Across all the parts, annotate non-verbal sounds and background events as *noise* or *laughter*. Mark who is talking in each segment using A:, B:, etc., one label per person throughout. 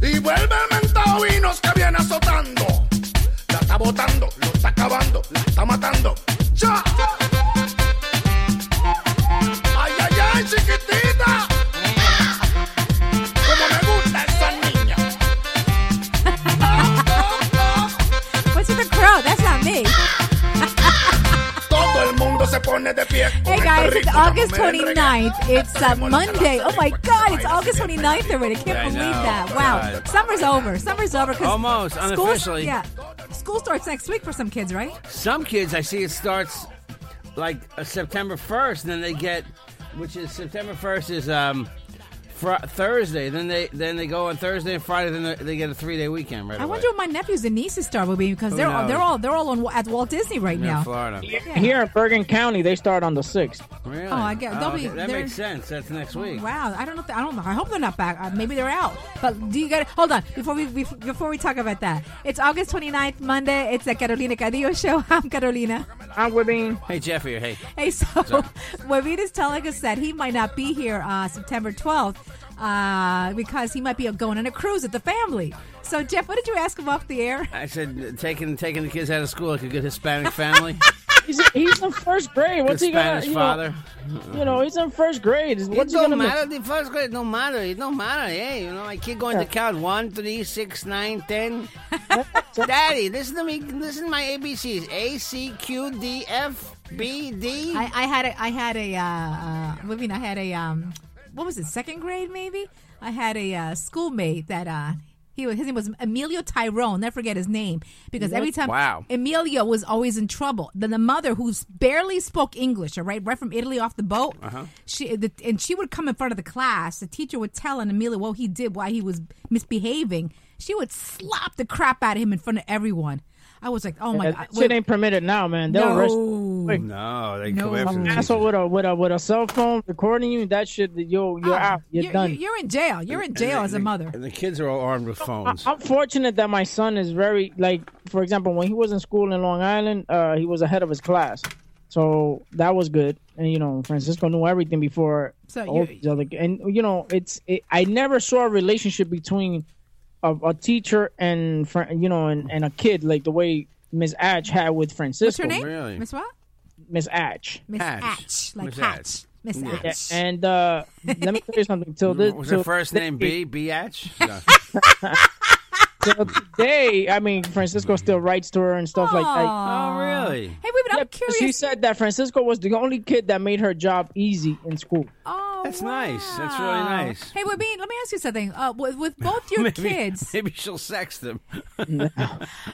A: Y vuelve el mentado Vinos que viene azotando. La está botando, lo está acabando, la está matando. ¡Ya! ¡Ay, ay, ay, chiquitita! ¡Como me gusta esa niña! Ah, ah,
B: What's with the crowd? That's not me.
A: ah. Todo el mundo se pone de pie. con
B: Hey
A: este ritmo
B: guys, it's
A: que
B: August
A: mueve el reggae.
B: 29th. It's uh, Monday. Oh my God, it's August 29th already. I can't
C: I
B: believe
C: know.
B: that. Wow.
C: God.
B: Summer's over. Summer's over. 'cause
C: Almost,
B: school-
C: unofficially.
B: Yeah. School starts next week for some kids, right?
C: Some kids, I see it starts like uh, September 1st, and then they get, which is September 1st is um, fr- Thursday. Then they then they go on Thursday and Friday. Then they- they get a three day weekend right
B: I
C: away.
B: wonder what my nephews and nieces star will be because
C: Who
B: they're all,
C: knows?
B: they're all they're all on, at Walt Disney right
C: They're in
B: now.
C: Florida.
D: Here in Bergen County, they start on the sixth.
C: Really?
B: Oh, I get- they'll be-
C: okay, that
B: they're-
C: makes sense. That's next week.
B: Wow, I don't know. If they, I don't know. I hope they're not back. Uh, maybe they're out. But do you get? Hold on. Before we bef- before we talk about that, it's August 29th, Monday. It's the Carolina Cadillo show. *laughs* I'm Carolina.
D: I'm Whibbing.
C: Hey Jeffy, or hey,
B: *laughs* Hey, so Wavita is telling us that he might not be here uh, September 12th uh, because he might be going on a cruise with the family. So, Jeff, what did you ask him off the air?
C: I said taking taking the kids out of school like a good Hispanic family,
B: *laughs*
D: He's, he's in first grade.
C: good
D: What's he gonna?
C: Spanish
D: You know,
C: father.
D: you know, he's in first grade. What's
C: it
D: he
C: don't
D: gonna
C: matter.
D: do?
C: The first grade don't matter. It don't matter. Hey, you know, my kid going to count one, three, six, nine,
D: *laughs*
C: ten. *laughs* Daddy, listen to me. Listen to my ABCs. A C Q D F B D.
B: I, I had a, I had a, uh, uh, I mean, I had a, um, what was it, second grade maybe? I had a uh, schoolmate that, uh, he was, his name was Emilio Tyrone. Never forget his name because every time
C: Wow.
B: Emilio was always in trouble. Then the mother, who barely spoke English, all right, right from Italy off the boat, she the, and she would come in front of the class. The teacher would tell on Emilio what he did, why he was misbehaving. She would slap the crap out of him in front of everyone. I was like, oh my
D: Yeah,
B: god,
D: that shit ain't permitted now, man. They'll arrest you.
B: no.
C: No, they
B: No.
C: come after
B: Mm.
C: the
D: asshole with a with a with a cell phone recording you. That shit, you're you're
B: Oh,
D: out. You're, done.
B: You're in jail. You're in jail as a mother.
C: And the kids are all armed
B: *laughs*
C: with phones.
D: I'm fortunate that my son is very like. For example, when he was in school in Long Island, uh, he was ahead of his class, so that was good. And you know, Francisco knew everything before
B: So
D: all
B: you-
D: these other. And you know, it's it, I never saw a relationship between a, a teacher and fr- you know and, and a kid like the way Miss Atch had with
B: What's
D: Francisco.
B: her name?
C: oh, really.
B: Miss what?
D: Miss Atch.
B: Miss
C: Hatch.
B: Hatch. Like
C: Miss
B: Hatch.
C: Hatch.
B: Miss
D: Yeah,
B: Hatch.
D: and uh, let me tell you something. Till this,
C: Was her
D: till
C: first
D: this-
C: name B?
B: *laughs*
C: Biatch? No.
D: Till today, I mean, Francisco still writes to her and stuff like that.
C: oh, really?
B: Hey, wait, but
D: Yeah,
B: I'm curious.
D: She said that Francisco was the only kid that made her job easy in school.
B: oh,
C: That's nice. That's really
B: wow.
C: nice.
B: Hey, Wabine, let me ask you something. Uh, with,
C: *laughs*
B: with both your
C: Maybe-
B: kids,
C: Maybe she'll sex them.
B: uh,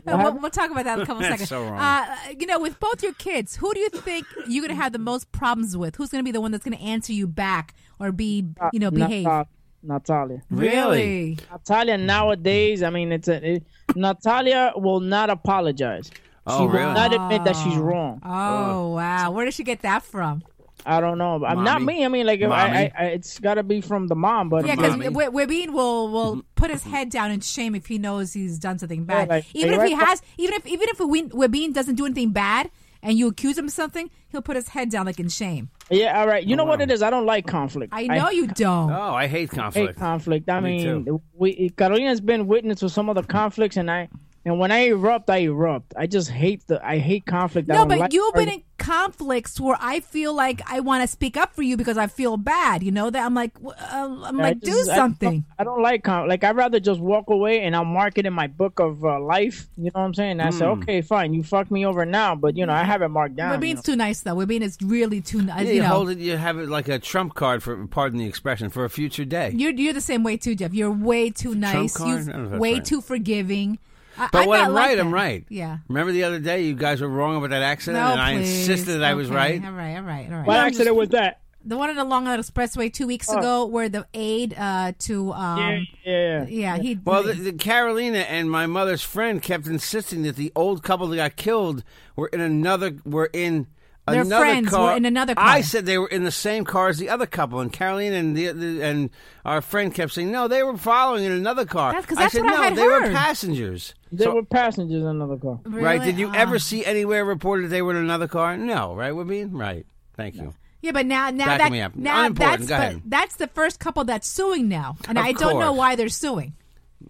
B: we'll, we'll talk about that in a couple
C: That's
B: seconds.
C: so wrong.
B: Uh, you know, with both your kids, who do you think you're going to have the most problems with? Who's going to be the one that's going to answer you back or be, you know, behave?
D: Nata- uh, Natalia.
B: Really?
D: Natalia nowadays, I mean, it's a, it, Natalia will not apologize.
C: Oh,
D: she
C: really?
D: will not admit that she's wrong.
B: Oh, wow. Where did she get that from?
D: I don't know. I'm not
C: Mommy.
D: me. I mean, like, if I, I,
C: Mommy.
D: I, it's got to be from the mom. But
B: Yeah,
D: I'm
B: because
D: not-
C: Mommy.
B: Webin will
D: Mm-hmm.
B: will put his head down in shame if he knows he's done something bad.
D: like,
B: even if
D: you're
B: he
D: right.
B: has, even if even if Webin doesn't do anything bad, and you accuse him of something, he'll put his head down like in shame.
D: yeah, all right. You know what it is? I don't like conflict.
B: I know you don't.
C: Oh, I hate conflict.
D: hate conflict. I
C: Me
D: mean,
C: too.
D: we, Carolina's been witness to some of the conflicts, and I and when I erupt, I erupt. I just hate the I hate conflict. I
B: no,
D: don't
B: but
D: like
B: you've been in
D: argument.
B: conflicts where I feel like I want to speak up for you because I feel bad. You know that I'm like, w- uh, I'm
D: I
B: like, do
D: just- I don't-
B: something.
D: I don't, like com- like I'd rather just walk away and I'll mark it in my book of uh, life. You know what I'm saying? I say, okay, fine, you fuck me over now, but you know I have it marked down.
B: We're
D: you
B: being
D: know.
B: too nice though. We're being it's really too nice.
C: Yeah,
B: you
C: you
B: know,
C: hold it. You have it like a trump card for, pardon the expression, for a future day.
B: you're you're the same way too, Jeff. You're way too nice.
C: card? I don't know if
B: You're
C: that's
B: way
C: right.
B: too forgiving. I,
C: but
B: I'm
C: when
B: not
C: I'm
B: like
C: right, I'm
B: that.
C: right.
B: Yeah.
C: Remember the other day, you guys were wrong about that accident,
B: No,
C: and I
B: please.
C: insisted I was
B: Okay,
C: right.
B: All right, all right, all right.
D: What accident was that?
B: the one on the Long Island Expressway two weeks ago, where the aide uh, to um,
D: Yeah, yeah.
B: yeah, he
C: Well, the, the Carolina and my mother's friend kept insisting that the old couple that got killed were in another were in
B: Their
C: another
B: friends
C: car.
B: were in another
C: I
B: car.
C: said they were in the same car as the other couple, and Carolina and the, the and our friend kept saying no, they were following in another car.
B: That's 'cause
C: I
B: that's
C: said
B: what I
C: no,
B: had
C: they were
B: heard."
C: passengers.
D: There were passengers in another car.
C: Right?
B: Really?
C: Did you
B: Uh,
C: ever see anywhere reported they were in another car? No, right? We're being right. Thank you.
B: Yeah, but now now
C: Back
B: that
C: me up.
B: now
C: Unimportant.
B: that's
C: Go
B: but
C: ahead.
B: that's the first couple that's suing now, and
C: Of
B: I don't know
C: course.
B: why they're suing.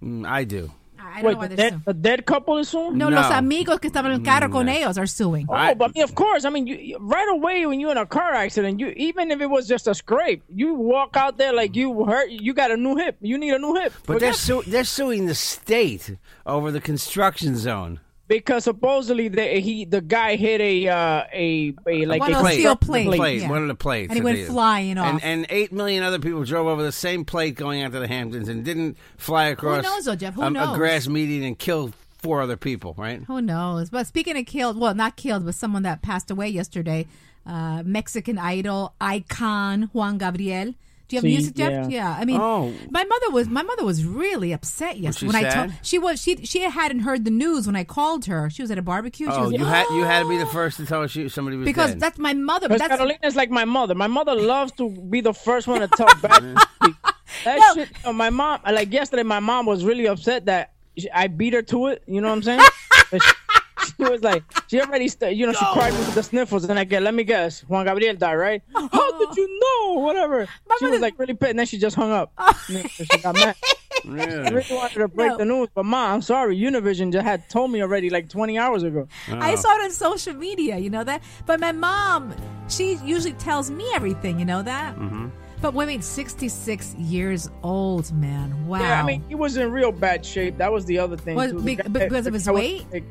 C: Mm, I do.
B: I I don't know
D: Wait,
B: why
D: a
B: they're
D: dead,
B: suing.
D: a dead couple is soon?
B: No,
C: No.
B: los amigos que estaban en el carro con ellos are suing.
D: Oh, but I mean, of course. I mean, you, you- right away when you're in a car accident, you even if it was just a scrape, you walk out there like you hurt. You got a new hip. You need a new hip.
C: But they're
D: Forget-
C: su- they're suing the state over the construction zone.
D: because supposedly the he the guy hit a uh, a a like
B: One
D: a
B: of those steel plates.
C: plate,
B: yeah.
C: one of the plates,
B: And he went
C: it is.
B: flying off.
C: And, and eight million other people drove over the same plate going out to the Hamptons and didn't fly across
B: knows, though, Jeff? Who
C: a, a
B: knows?
C: grass median and kill four other people. Right?
B: Who knows? But speaking of killed, well, not killed, but someone that passed away yesterday, uh, Mexican Idol icon Juan Gabriel. Do you have
D: See,
B: music, Jeff?
D: yeah.
B: I mean,
C: Oh.
B: my mother was my mother was really upset
C: she
B: yesterday when I told
C: sad?
B: she was she she hadn't heard the news when I called her. She was at a barbecue. she
C: Oh,
B: was
C: you had you had to
B: *gasps*
C: be the first to tell us you, somebody was
B: because
C: dead.
B: that's my mother.
D: Because
B: that's
D: Carolina's like my mother. My mother loves to be the first one to tell
B: *laughs*
D: bad shit. That shit. uh, my mom, like yesterday, my mom was really upset that sh- I beat her to it. You know what
B: *laughs*
D: I'm saying? But she, she was like, she already, st- you know, she cried with the sniffles. And I get, let me guess, Juan Gabriel died, right? How did you know? Whatever. she was
B: Uh-huh. mother- Uh-huh.
D: like really pissed, and then she just hung up. she got mad. I really wanted to break
B: No.
D: the news, but ma, I'm sorry. Univision just had told me already like 20 hours ago.
C: Oh.
B: I saw it on social media, you know that? But my mom, she usually tells me everything, you know that? Mm-hmm. But women, 66 years old, man. Wow.
D: Yeah, I mean, he was in real bad shape. That was the other thing.
B: Was-
D: too. The
B: be-
D: guy-
B: because of his
D: the guy was,
B: weight?
D: like,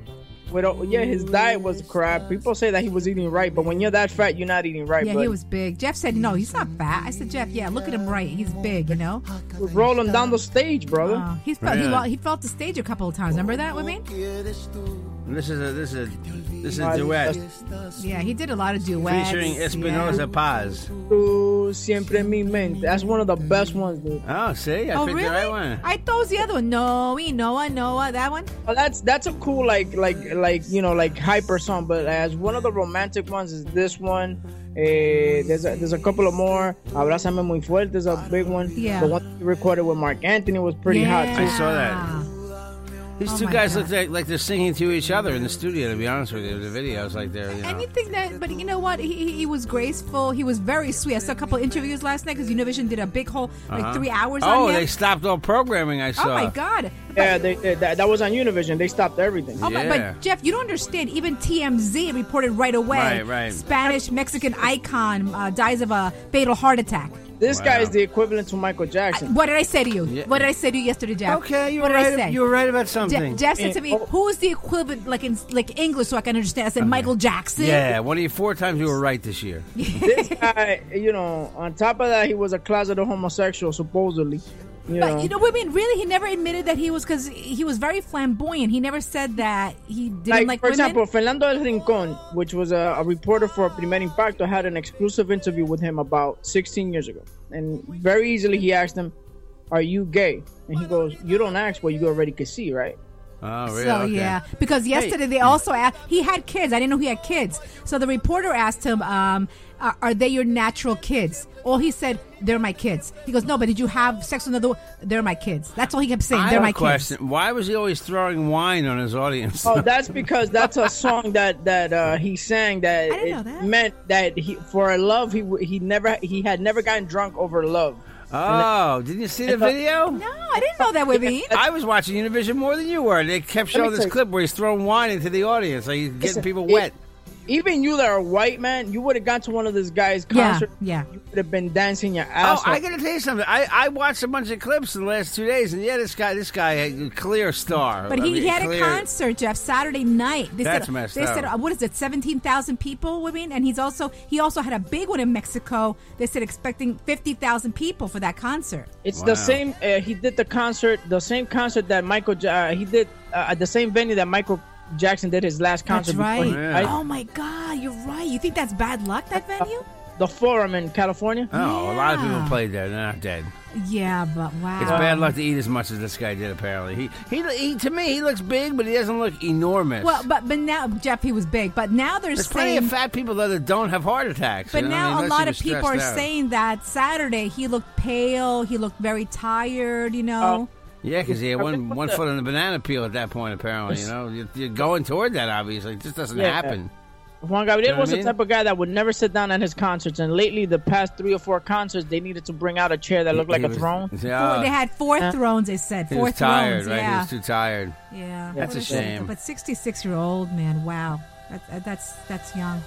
D: with all- yeah, his diet was crap. People say that he was eating right, but when you're that fat, you're not eating right.
B: yeah,
D: but
B: he was big. Jeff said, no, he's not fat. I said, Jeff, yeah, look at him right. He's big, you know?
D: roll him down the stage, brother.
B: Uh, he's felt, he,
C: Yeah.
B: lo- he felt the stage a couple of times. Remember that, women?
C: And this is a this is a, this is
D: Uh,
C: a duet
B: Yeah, he did a lot of duets.
C: featuring Espinosa
B: Yeah.
C: Paz.
D: Tu siempre en mi mente. That's one of the best ones, dude.
C: Oh, see, I
B: Oh,
C: picked
B: really?
C: the right one.
B: I thought it was the other one. No, we Noah, Noah, that one.
D: Well, that's that's a cool like like like you know like hyper song, but as one of the romantic ones is this one. Eh, there's a, there's a couple of more. Abrázame muy fuerte is a big one.
B: Yeah.
D: The one he recorded with Mark Anthony was pretty hot
B: Yeah.
D: too.
C: I saw that. These
B: Oh
C: two
B: my
C: guys
B: God.
C: look like, like they're singing to each other in the studio. To be honest with you, the videos like they're you know.
B: And you think that, but you know what? He, he- he was graceful. He was very sweet. I saw a couple interviews last night because Univision did a big whole like three hours
C: oh,
B: on him.
C: they stopped all programming. I
B: oh
C: saw.
B: my god! But,
D: Yeah, they, they, that, that was on Univision. They stopped everything.
B: oh my,
C: Yeah.
B: but Jeff, you don't understand. Even TMZ reported right away.
C: Right, right.
B: Spanish Mexican icon uh, dies of a fatal heart attack.
D: This guy
C: Wow.
D: is the equivalent to Michael
B: *laughs*
D: Jackson.
B: What did I say to you?
C: Yeah.
B: What did I say to you yesterday, Jeff?
C: Okay, you
B: what
C: were
B: did I
C: right.
B: say?
C: You were right about
B: Je-
C: something.
B: Jeff said to
C: Eh,
B: me,
D: Oh.
B: "Who's the equivalent, like in like English, so I can understand?" I said, "Michael Jackson."
C: yeah, one of you four times you were right this year.
D: this guy, you know, on top of that, he was a closeted homosexual, supposedly. You know,
B: But you know what I mean? Really, he never admitted that he was because he was very flamboyant. He never said that he didn't like,
D: like, for
B: women.
D: example, Fernando El Rincon, which was a, a reporter for Primer Impacto, had an exclusive interview with him about 16 years ago, and very easily he asked him, "Are you gay?" And he goes, "You don't ask what you already can see, right?"
C: Oh, really?
B: So
C: Okay.
B: yeah, because yesterday they also asked he had kids. I didn't know he had kids. So the reporter asked him, um, are, "Are they your natural kids?" All he said, "They're my kids." He goes, "No, but did you have sex with another? one?" They're my kids." That's all he kept saying.
C: I
B: They're
C: have
B: my
C: a question. Why was he always throwing wine on his audience?
D: Oh, that's because that's a song that that uh, he sang
B: I
D: that
B: didn't
D: it
B: know that.
D: meant that he for a love he w- he never he had never gotten drunk over love.
C: *laughs* oh, didn't you see the video?
B: kids. No, I didn't know that, Wavine.
C: *laughs* I was watching Univision more than you were. They kept
D: me
C: showing this
D: tell you-
C: clip where he's throwing wine into the audience, like he's getting people
D: it-
C: wet.
D: even you that are white man, you would have gone to one of this guy's concerts.
B: yeah.
D: You would have been dancing your
C: Oh,
D: ass
C: I
D: off.
C: gotta tell you something. I, I watched a bunch of clips in the last two days, and yeah, this guy, this guy, a clear star.
B: But
C: I
B: he,
C: mean,
B: he had
C: clear-
B: a concert, Jeff, Saturday night. They
C: That's
B: said,
C: messed
B: They said,
C: up.
B: uh, what is it, seventeen thousand people? I mean, and he's also he also had a big one in Mexico. They said expecting fifty thousand people for that concert.
D: It's
C: Wow.
D: the same. Uh, he did the concert, the same concert that Michael. Ja- Uh, he did uh, at the same venue that Michael Jackson did his last concert.
B: That's
D: before
B: right.
D: he died.
B: Oh my God, you're right. You think that's bad luck that venue?
D: The Forum in California.
C: Oh, a lot of people
B: Yeah.
C: played there. They're not dead.
B: Yeah, but wow.
C: It's bad luck to eat as much as this guy did. Apparently, he, he, he to me, he looks big, but he doesn't look enormous.
B: Well, but but now Jeff, he was big, but now they're
C: there's plenty
B: saying.
C: of fat people though that don't have heart attacks.
B: But
C: you know? I mean,
B: now a
C: unless
B: lot
C: you
B: of
C: were
B: people are
C: stressed out.
B: saying that Saturday he looked pale, he looked very tired, you know.
C: yeah, because he had one
D: *laughs*
C: one foot on the banana peel at that point. Apparently, you know, you're, you're going toward that. Obviously, it just doesn't
D: Yeah.
C: happen.
D: Juan Gabriel
C: know what I
D: was the
C: mean?
D: type of guy that would never sit down at his concerts. And lately, the past three or four concerts, they needed to bring out a chair that looked like
C: He
D: a
C: was-
D: throne.
C: Yeah,
B: Four- they had four thrones, they said.
C: Oh, uh, he
B: Four
C: was tired,
B: thrones,
C: right? He
B: yeah.
C: was too tired.
B: yeah.
C: That's
B: What
C: a
B: is it?
C: shame.
B: But 66 year old man, wow. That, that- that's that's young.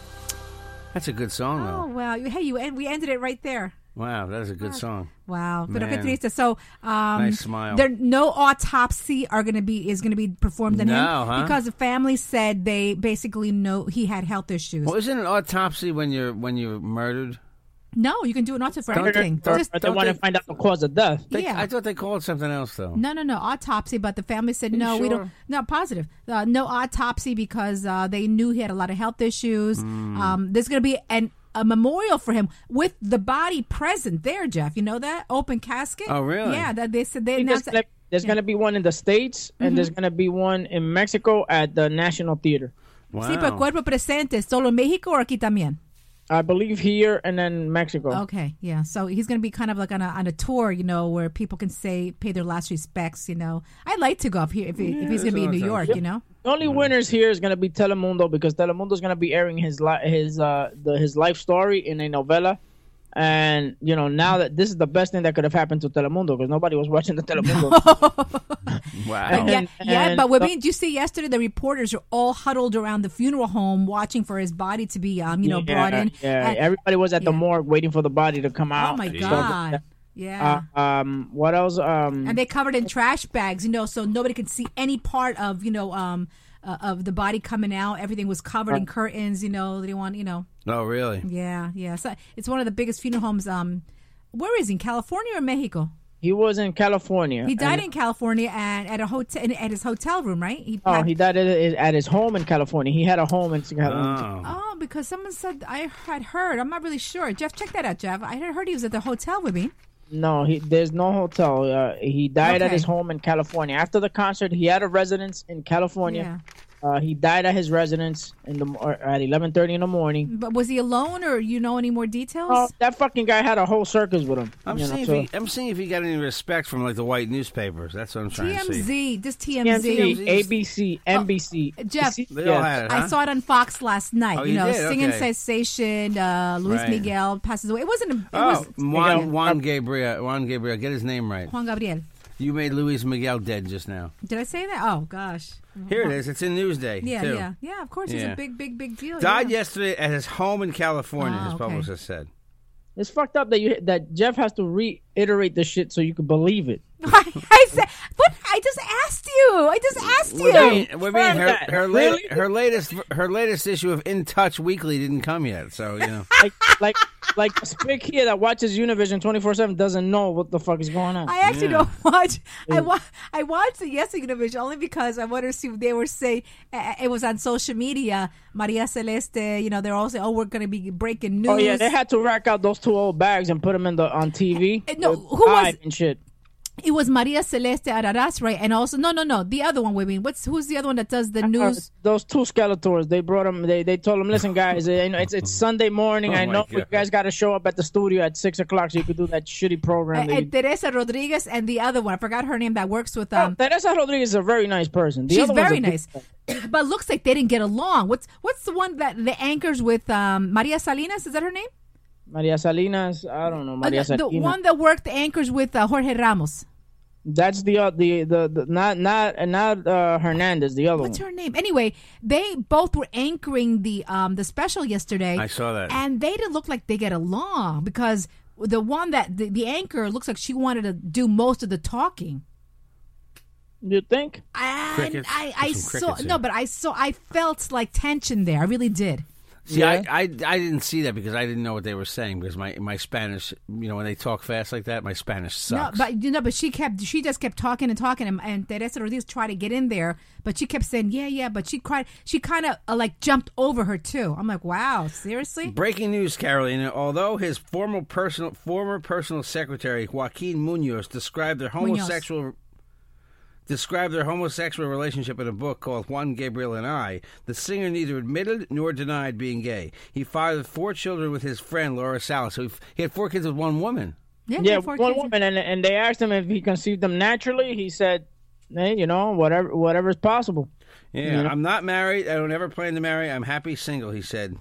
C: That's a good song though.
B: Oh, wow. You- Hey, you and we ended it right there.
C: Wow, that is a good song.
B: Wow. Pero que
C: Man.
B: triste. So, um,
C: Nice smile.
B: There, no autopsy are going to be is going to be performed on him
C: No, huh?
B: because the family said they basically know he had health issues.
C: Well, isn't an autopsy when you're when you're murdered?
B: No, you can do an autopsy for
C: Don't-
B: everything.
C: don't-
B: Just-
D: But they
C: Don't
D: want to
C: they-
D: find out the cause of death.
C: They-
B: Yeah.
C: I thought they called something else though.
B: No, no, no autopsy. But the family said no, we don't.
C: sure?
B: No positive. Uh, no autopsy because uh, they knew he had a lot of health issues.
C: Hmm.
B: Um, there's going to be an a memorial for him with the body present there, Jeff. You know that open casket.
C: Oh, really?
B: Yeah. That they said they
D: I think There's
B: announced.
D: gonna,
B: That, Mm-hmm.
D: there's gonna be one in the states, and there's gonna be one in Mexico at the National Theater.
C: Wow.
B: Sí, pero cuerpo presente solo en México or aquí también.
D: I believe here and then Mexico.
B: Okay, yeah. So he's going to be kind of like on a on a tour, you know, where people can say pay their last respects. You know, I'd like to go up here if, he, if he's going to be in
C: that
B: New
C: sounds
B: York.
C: good.
B: You know.
D: The only
C: Mm.
D: winners here is gonna be Telemundo because Telemundo's gonna be airing his li- his uh the, his life story in a novella, and you know now that this is the best thing that could have happened to Telemundo because nobody was watching
B: *laughs*
D: the Telemundo.
C: wow.
B: Yeah,
D: And-
B: yeah,
D: and- oh.
B: but what mean, did you see yesterday? The reporters are all huddled around the funeral home, watching for his body to be, um, you know, brought in.
D: yeah,
B: And-
D: everybody was at the
B: yeah.
D: morgue waiting for the body to come out.
B: oh my
D: So,
B: god! Yeah,
D: uh, um, what else? Um,
B: and they covered in trash bags, you know, so nobody could see any part of, you know, um, uh, of the body coming out. Everything was covered
D: Uh.
B: in curtains, you know. They didn't want, you know,
C: Oh, really?
B: yeah, yeah. So it's one of the biggest funeral homes. Um, where is he? In California or Mexico?
D: he was in California.
B: He died
D: and-
B: in California and at a hotel in- at his hotel room, right? He
D: Oh,
B: had-
D: he died at his, at his home in California. He had a home in California.
C: Oh.
B: Oh, because someone said I had heard. I'm not really sure. Jeff, check that out, Jeff. I had heard he was at the hotel with me.
D: No, he, there's no hotel. Uh, he died at
B: Okay.
D: his home in California. After the concert, he had a residence in California. Uh, he died at his residence in the mo- or at 11:30 in the morning.
B: But was he alone, or you know any more details?
D: Oh, that fucking guy had a whole circus with him.
C: I'm
D: you know,
C: seeing
D: so-
C: if he, I'm seeing if he got any respect from like the white newspapers. That's what I'm trying to see.
B: TMZ, just
D: TMZ,
B: TMZ.
D: ABC, NBC,
B: Oh, Jeff,
D: C-
C: They all
D: yes.
C: had it, huh?
B: I saw it on Fox last night.
C: Oh,
B: you
C: you
B: know,
C: did?
B: singing
C: Okay. sensation.
B: uh, Luis
C: Right.
B: Miguel passes away. It wasn't. A, it
C: Oh,
B: was
C: Juan, Juan Gabriel. Juan Gabriel. Get his name right.
B: Juan Gabriel.
C: You made Luis Miguel dead just now.
B: Did I say that? Oh gosh.
C: Here it is. It's in Newsday.
B: Yeah,
C: too.
B: yeah, yeah. Of course, it's
C: Yeah.
B: a big, big, big deal.
C: Died
B: *laughs* yeah.
C: yesterday at his home in California.
B: Ah,
C: his
B: okay.
C: publicist said.
D: It's fucked up that you that Jeff has to reiterate the shit so you can believe it.
B: I said, what? I just asked you. I just asked you.
C: What do you mean- what do you mean? her,
D: that.
C: her, la-
D: Really?
C: her latest her latest issue of In Touch Weekly didn't come yet, so you know.
D: Like *laughs* like like the spick here that watches Univision 24/7 doesn't know what the fuck is going on.
B: I actually don't *laughs* watch. I
C: Mm.
B: wa- I watched the Yes Univision only because I wanted to see what they were saying. Uh, It was on social media. Maria Celeste, you know, they're all saying, "Oh, we're going to be breaking news."
D: Oh yeah, they had to rack out those two old bags and put them in the on TV.
B: Uh, no,
D: with
B: who was-
D: live and shit?
B: it was Maria Celeste Araras, right? And also, no, no, no, the other one. Wait, wait, what's who's the other one that does the news?
D: Uh, those two Skeletors, they brought them. They they told them, listen, guys, you know, it's it's Sunday morning.
C: Oh,
D: I
C: my
D: know you
C: God.
D: guys got to show up at the studio at six o'clock so you could do that shitty
B: Uh,
D: program. that
B: uh,
D: you-
B: Teresa Rodriguez and the other one. I forgot her name. That works with
D: Oh,
B: um.
D: Teresa Rodriguez is a very nice person. The
B: She's
D: other one's a
B: very
D: dick.
B: nice, *coughs* but looks like they didn't get along. What's what's the one that the anchors with um, Maria Salinas? Is that her name?
D: Maria Salinas, I don't know
B: Uh,
D: Maria
B: the, the
D: Salinas.
B: one that worked the anchors with uh, Jorge Ramos.
D: That's the uh, the, the the not not and not uh, Hernandez. The other
B: What's
D: one.
B: her name? Anyway, they both were anchoring the um the special yesterday.
C: I saw that.
B: And they didn't look like they get along because the one that the, the anchor looks like she wanted to do most of the talking.
D: You think?
B: And
C: Crickets.
B: I, I
C: There's some
B: saw
C: crickets
B: no,
C: here.
B: but I saw I felt like tension there. I really did.
C: See, I, I I didn't see that because I didn't know what they were saying because my, my Spanish, you know, when they talk fast like that, my Spanish sucks.
B: No, but you know, but she kept she just kept talking and talking, and, and Teresa Ortiz tried to get in there, but she kept saying yeah, yeah, but she cried. She kind of uh, like jumped over her too. I'm like, wow, seriously?
C: Breaking news, Carolina. Although his former personal former personal secretary Joaquin Munoz described their homosexual described their homosexual relationship in a book called Juan Gabriel and I, the singer neither admitted nor denied being gay. He fathered four children with his friend Laura Salas. So he f- he had four kids with one woman.
D: Yeah,
B: yeah four
D: one
B: kids.
D: woman, and and they asked him if he conceived them naturally. He said, "Hey, you know, whatever, whatever's possible."
C: Yeah, I'm not married. I don't ever plan to marry. I'm happy single. He said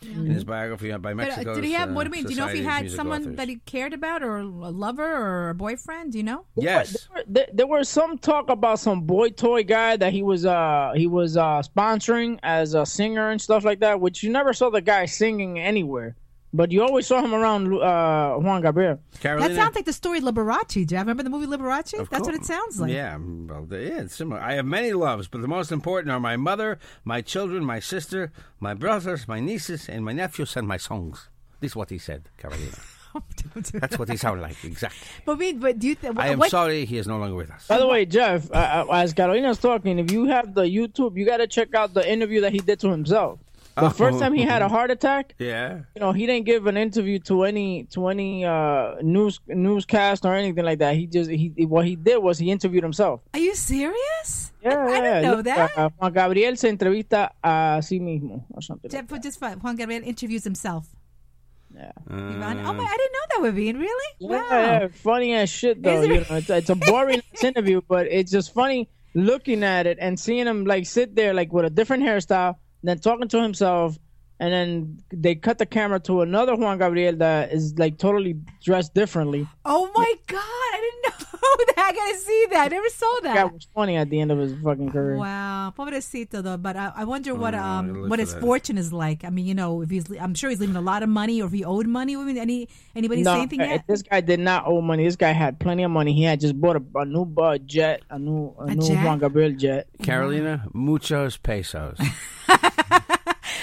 C: in his biography by
B: But, uh,
C: Mexico.
B: did he have? what do you mean? Do you know if
C: uh,
B: he had someone that he cared about, or a lover, or a boyfriend? Do you know?
C: Yes.
D: There, there, there was some talk about some boy toy guy that he was uh he was uh sponsoring as a singer and stuff like that, which you never saw the guy singing anywhere, but you always saw him around uh Juan Gabriel.
C: Carolina,
B: That sounds like the story Liberace. Do you remember the movie Liberace? That's what it sounds *laughs* like.
C: Yeah, well, they- yeah, it's similar. I have many loves, but the most important are my mother, my children, my sister, my brothers, my nieces, and my nephews and my songs. This is what he said, Carolina.
B: Don't do that.
C: That's what he sounded like, exactly.
B: *laughs* But we, but do you think?
C: I am
B: what,
C: sorry he is no longer with us.
D: By the way, Jeff, uh, uh, as Carolina's talking, if you have the YouTube, you got to check out the interview that he did to himself. The first time he had a heart attack,
C: Yeah.
D: you know, he didn't give an interview to any to any uh, news newscast or anything like that. He just he what he did was he interviewed himself.
B: Are you serious?
D: Yeah,
B: I
D: yeah,
B: didn't know
D: look,
B: that.
D: uh, Juan Gabriel se entrevista a sí mismo or something.
B: Jeff,
D: like
B: for just fun, Juan Gabriel interviews himself.
D: Yeah.
B: Ivana- oh my! I didn't know that, Vivian. Really?
D: that.
B: wow.
D: Yeah, yeah, funny as shit though.
B: Is it
D: You know, it's, it's a boring
B: *laughs*
D: interview, but it's just funny looking at it and seeing him like sit there like with a different hairstyle, then talking to himself, and then they cut the camera to another Juan Gabriel that is like totally dressed differently.
B: Oh my God! I didn't *laughs* know that. I gotta see that. I never saw that.
D: That was funny at the end of his fucking career.
B: Wow, pobrecito though. But I, I wonder what
C: gotta
B: um
C: look
B: what
C: for
B: his
C: that.
B: fortune is like. I mean, you know, if he's I'm sure he's leaving a lot of money, or if he owed money. I mean, any anybody say anything
D: uh,
B: yet?
D: This guy did not owe money. This guy had plenty of money. He had just bought a, a new uh, jet, a new a,
B: A
D: new
B: jet?
D: Juan Gabriel jet.
C: Carolina, muchos pesos.
B: *laughs*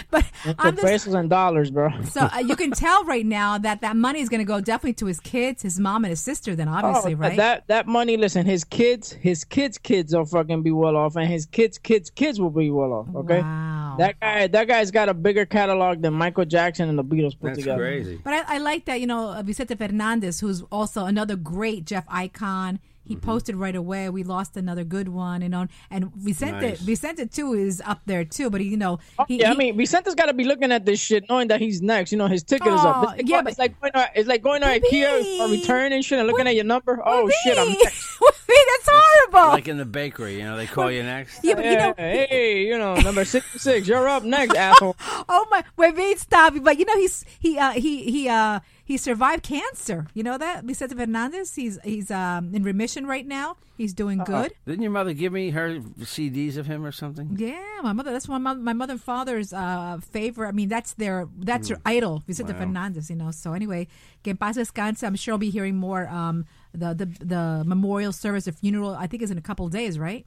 B: *laughs* but
D: The
B: I'm just
D: pesos and dollars, bro.
B: so uh, you can tell right now that that money is going to go definitely to his kids, his mom, and his sister. Then obviously,
D: Oh,
B: right?
D: That that money, listen, his kids, his kids' kids will fucking be well off, and his kids' kids' kids will be well off. Okay,
B: Wow.
D: that guy, that guy's got a bigger catalog than Michael Jackson and the Beatles put
C: That's
D: together.
C: crazy.
B: But I, I like that, you know, uh, Vicente Fernandez, who's also another great Jeff icon.
C: Mm-hmm.
B: He posted right away. We lost another good one, you know. And Vicente,
C: Nice.
B: Vicente too is up there too. But he, you know,
D: Oh,
B: he,
D: yeah, I
B: he-
D: mean, Vicente's got to be looking at this shit, knowing that he's next. You know, his ticket is
B: Oh,
D: up. It's like,
B: yeah,
D: yeah,
B: but-
D: it's like going to, it's like going to IKEA for
B: Baby.
D: return and shit, and looking
B: What-
D: at your number.
B: What
D: Oh shit,
B: *laughs*
D: I'm
B: me?
D: next.
B: What me? That's horrible.
C: like in the bakery, you know, they call you next.
B: yeah, but you know,
D: Yeah, hey, you know, number sixty six, you're up next, asshole.
B: oh my, wait, wait, stop. But you know, he's he uh, he he uh he survived cancer. You know that Vicente Fernandez. He's he's um in remission right now. He's doing good.
C: Didn't your mother give me her CDs of him or something?
B: Yeah, my mother. That's one. My, my mother and father's uh, favorite. I mean, that's their that's
D: Mm.
B: their idol, Vicente Fernandez. You know. So anyway, que en paz descanse. I'm sure I'll be hearing more. Um, the the the memorial service, the funeral. I think is in a couple days, right?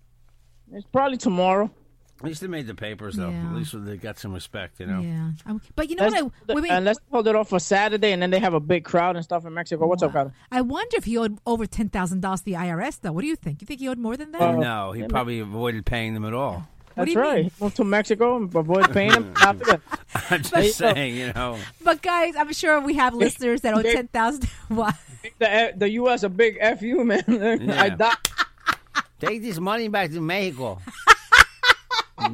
D: It's probably tomorrow.
C: At least they made the papers, though.
B: Yeah.
C: At least they got some respect, you know.
B: Yeah. Um, but you know
D: Let's,
B: what? I, wait, wait.
D: and let's hold it off for Saturday, and then they have a big crowd and stuff in Mexico. What's up, Carlos?
B: I wonder if he owed over ten thousand dollars to the IRS, though. What do you think? You think he owed more than that?
C: No, Oh, he probably avoided paying them at all. *laughs*
B: What do
D: Uh, That's
B: you
D: right.
B: mean?
D: Move to Mexico and avoid paying them. Not forget.
C: I'm just saying, you know.
B: But guys, I'm sure we
D: *laughs*
B: have listeners that owe ten thousand. *laughs* What?
D: the, the U.S. a big fu man. *laughs* I
C: Yeah.
D: die.
C: Take this money back to
D: *laughs*
C: Mexico.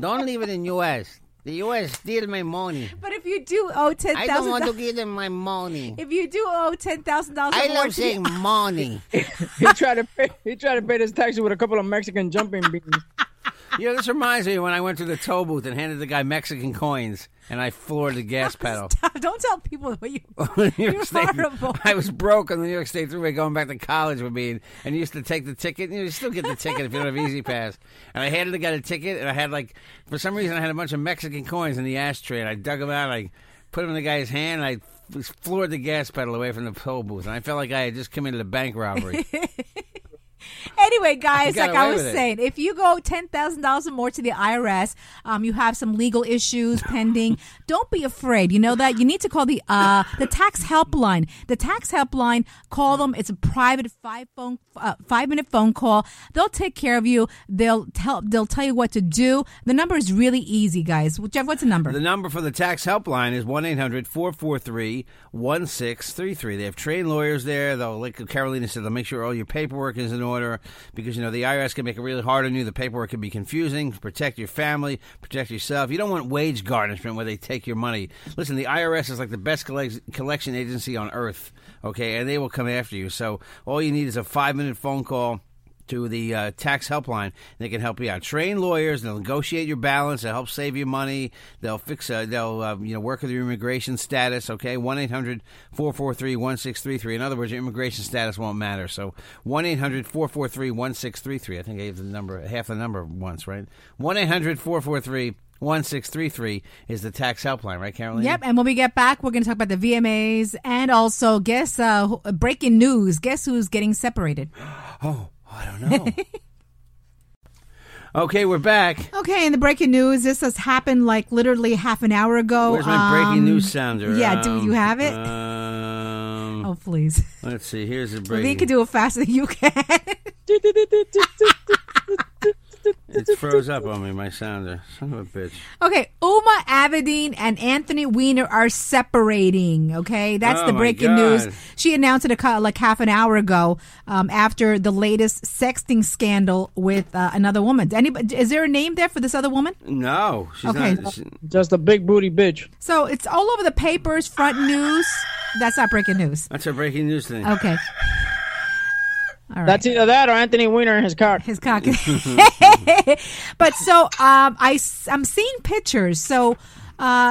C: don't leave it in U.S. The U.S. steal my money.
B: But if you do owe ten
C: I don't want to
B: thousand,
C: give them my money.
B: if you do owe ten thousand dollars,
C: I love saying *laughs* money.
D: He tried to pay. He tried to pay his taxes with a couple of Mexican jumping beans.
C: You know, this reminds me when I went to the tow booth and handed the guy Mexican coins, and I floored the gas pedal.
B: *laughs* Stop. Don't tell
C: *laughs*
B: people what you.
C: New York
B: You're
C: State-
B: horrible.
C: I was broke on the New York State Thruway going back to college with me, and, and you used to take the ticket. You still get the ticket if you don't have Easy Pass. And I handed the guy the ticket, and I had like for some reason I had a bunch of Mexican coins in the ashtray, and I dug them out, and I put them in the guy's hand, and I f- floored the gas pedal away from the toll booth, and I felt like I had just committed a bank robbery.
B: Anyway, guys,
C: got
B: like I
C: away
B: was
C: with it.
B: saying, if you go ten thousand dollars or more to the IRS, um, you have some
C: *laughs*
B: legal issues pending. Don't be afraid. You know that you need to call the uh the tax helpline. The tax helpline. Call them. It's a private five phone uh, five minute phone call. They'll take care of you. They'll tell they'll tell you what to do. The number is really easy, guys. Jeff, what's the number?
C: The number for the tax helpline is 1 800 443 1633. They have trained lawyers there. They'll, like Carolina said, they'll make sure all your paperwork is in order because, you know, the IRS can make it really hard on you. The paperwork can be confusing. Protect your family, protect yourself. You don't want wage garnishment where they take your money. Listen, the IRS is like the best collect- collection agency on earth, okay? And they will come after you. So all you need is a five minute phone call to the uh, tax helpline. They can help you out. Train lawyers. They'll negotiate your balance. They'll help save you money. They'll fix. Uh, they'll uh, you know work with your immigration status. Okay, one 1633 In other words, your immigration status won't matter. So one 443 1633 I think I gave the number half the number once, right? One 443 1633 is the tax helpline, right, Caroline?
B: Yep, and when we get back, we're going to talk about the VMAs and also guess uh, who- breaking news. Guess who's getting separated?
C: Oh, I don't know. okay, we're back.
B: Okay, and the breaking news. This has happened like literally half an hour ago.
C: Where's my breaking
B: Um,
C: news sounder?
B: Yeah, do
C: Um,
B: you have it?
C: Um,
B: oh, please.
C: Let's see. Here's the breaking.
B: We can do it faster than you can. *laughs*
C: it froze up on me. My sounder. Son of a bitch.
B: okay, Uma Abedin and Anthony Weiner are separating. Okay, that's
C: Oh,
B: the
C: my God.
B: breaking news. She announced it a, cou- like half an hour ago um, after the latest sexting scandal with uh, another woman. Anybody, is there a name there for this other woman?
C: No, she's
B: Okay.
C: not. She,
D: Just a big booty bitch.
B: So it's all over the papers, front news. That's not breaking news.
C: that's her breaking news thing.
B: Okay. All right.
D: That's either that or Anthony Weiner and his cock.
C: *laughs*
B: his cock. but so um, I am seeing pictures. So uh,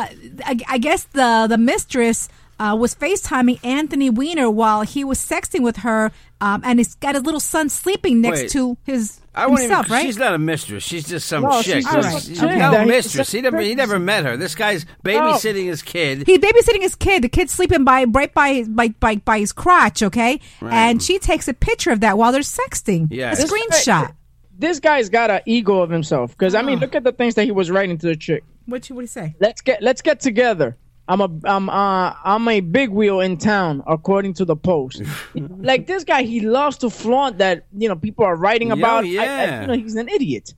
B: I, I guess the the mistress uh, was FaceTiming Anthony Weiner while he was sexting with her, um, and he's got his little son sleeping next
C: Wait.
B: to his
C: I won't
B: himself,
C: even,
B: right?
C: She's not a mistress. She's just some
D: No,
C: chick.
D: she's
B: just
C: There's-
B: a
C: there's
B: chick.
C: No
D: Okay.
C: mistress. He never, he never met her. This guy's babysitting his kid.
B: He's babysitting his kid. The kid's sleeping by right by his by by, by his crotch, okay? And she takes a picture of that while they're sexting.
C: Yeah.
B: A
C: This-
B: screenshot.
D: This guy's got an ego of himself. Because I
B: Ah.
D: mean, look at the things that he was writing to the chick.
B: What you what do you say?
D: Let's get let's get together. I'm a I'm uh I'm a big wheel in town, according to
C: *laughs*
D: the post. like this guy, he loves to flaunt that you know people are writing
C: Yo,
D: about. I- I-
C: yeah.
D: you know, he's an idiot.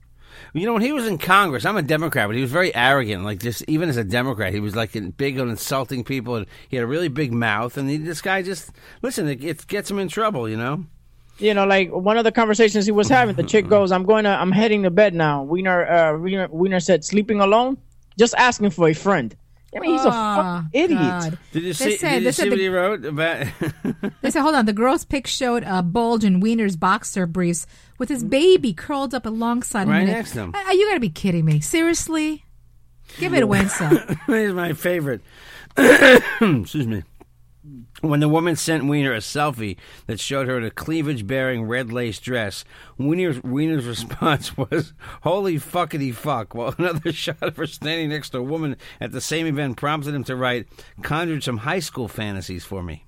C: You know, when he was in Congress, I'm a Democrat, but he was very arrogant. Like just even as a Democrat, he was like in- big on insulting people, and he had a really big mouth. And he, this guy just listen, it, it gets him in trouble. You know.
D: you know, like one of the conversations he was having, the chick
C: Mm-hmm.
D: goes, "I'm going to, I'm heading to bed now." Wiener, uh, Wiener, Wiener said, "Sleeping alone, just asking for a friend." I mean, he's a fucking idiot.
B: Ah, God.
C: Did you
B: They
C: see?
B: said-
C: did
B: they
C: you
B: said
C: see
B: the-
C: what he wrote about? *laughs*
B: They said, hold on. The girl's pic showed a bulge in Wiener's boxer briefs with his baby curled up alongside
C: Right
B: him.
C: next to him.
B: Are you gotta be kidding me? Seriously? Give it
C: *laughs*
B: a Winsa.
C: Here's my favorite. *coughs* Excuse me. When the woman sent Wiener a selfie that showed her in a cleavage bearing red lace dress, Wiener's, Wiener's response *laughs* was, Holy fuckity fuck. While *laughs* another shot of her standing next to a woman at the same event prompted him to write, Conjured some high school fantasies for me.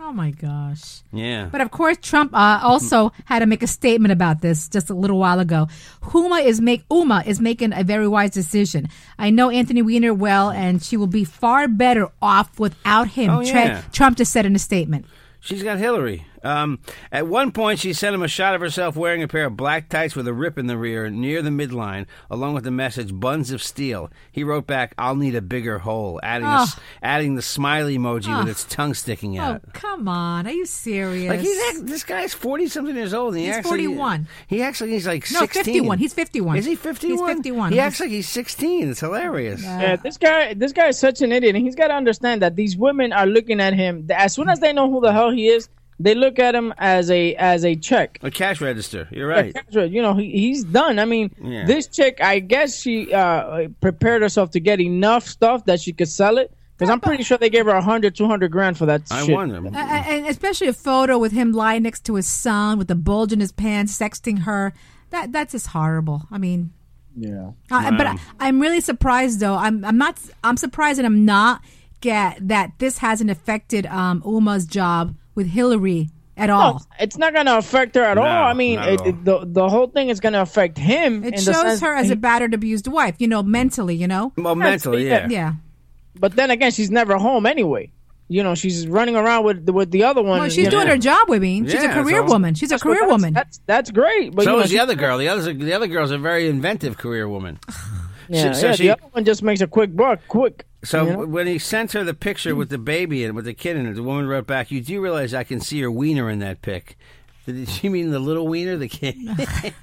B: oh my gosh.
C: Yeah.
B: But of course, Trump uh, also had to make a statement about this just a little while ago. Huma is make Uma is making a very wise decision. I know Anthony Weiner well, and she will be far better off without him.
C: Oh,
B: Tre-
C: yeah.
B: Trump just said in a statement.
C: She's got Hillary. Um, at one point, she sent him a shot of herself wearing a pair of black tights with a rip in the rear near the midline, along with the message "Buns of Steel." He wrote back, "I'll need a bigger hole," adding a s adding the smiley emoji with its tongue sticking out.
B: Ah. Oh come on, are you serious?
C: Like he's act- this guy's forty something years old. And he
B: He's
C: actually,
B: 41.
C: He actually he's like
B: No,
C: 16.
B: 51. He's 51.
C: Is he
B: He's
C: fifty one?
B: 51.
C: He acts like he's sixteen. It's hilarious.
D: Yeah, Uh, this guy, this guy is such an idiot, and he's got to understand that these women are looking at him. As soon as they know who the hell he is, they look at him as a as a check.
C: A cash register. You're right. *laughs*
D: You know, he, he's done. I mean,
C: Yeah.
D: this chick, I guess she uh, prepared herself to get enough stuff that she could sell it. Because I'm pretty sure they gave her 100, 200 grand for that
C: I
D: shit.
C: wonder.
B: Uh, and especially a photo with him lying next to his son with a bulge in his pants, sexting her. That that's just horrible. I mean,
D: Yeah.
B: Uh, But I, I'm really surprised, though. I'm I'm not. I'm surprised that I'm not get that this hasn't affected um, Uma's job with Hillary at
D: No,
B: all.
D: Oh, it's not going to affect her at all. I mean,
C: not at
D: it,
C: all.
D: it- the the whole thing is going to affect him.
B: It
D: in the
B: shows
D: sense
B: her as
D: he-
B: a battered, abused wife. You know, mentally. You know.
C: Well, mentally, yeah.
D: yeah.
B: Yeah.
D: But then again, she's never home anyway. You know, she's running around with the- with the other one.
B: Well, she's
D: you know.
B: doing her job, I mean. She's
C: Yeah,
B: a career
C: so-
B: woman. She's a
D: So
B: career
D: that's-
B: woman.
D: That's that's great. But
C: So
D: you know,
C: is the
D: she-
C: other girl. The other the other girl's a very inventive career
D: *sighs*
C: woman.
D: yeah,
C: so
D: yeah,
C: she-
D: the other one just makes a quick buck, quick.
C: So
D: you know?
C: w- when he sent her the picture with the baby and with the kid in it, the woman wrote back, "You do realize I can see your wiener in that pic." *laughs* Did she mean the little wiener, the
D: *laughs*
C: kid?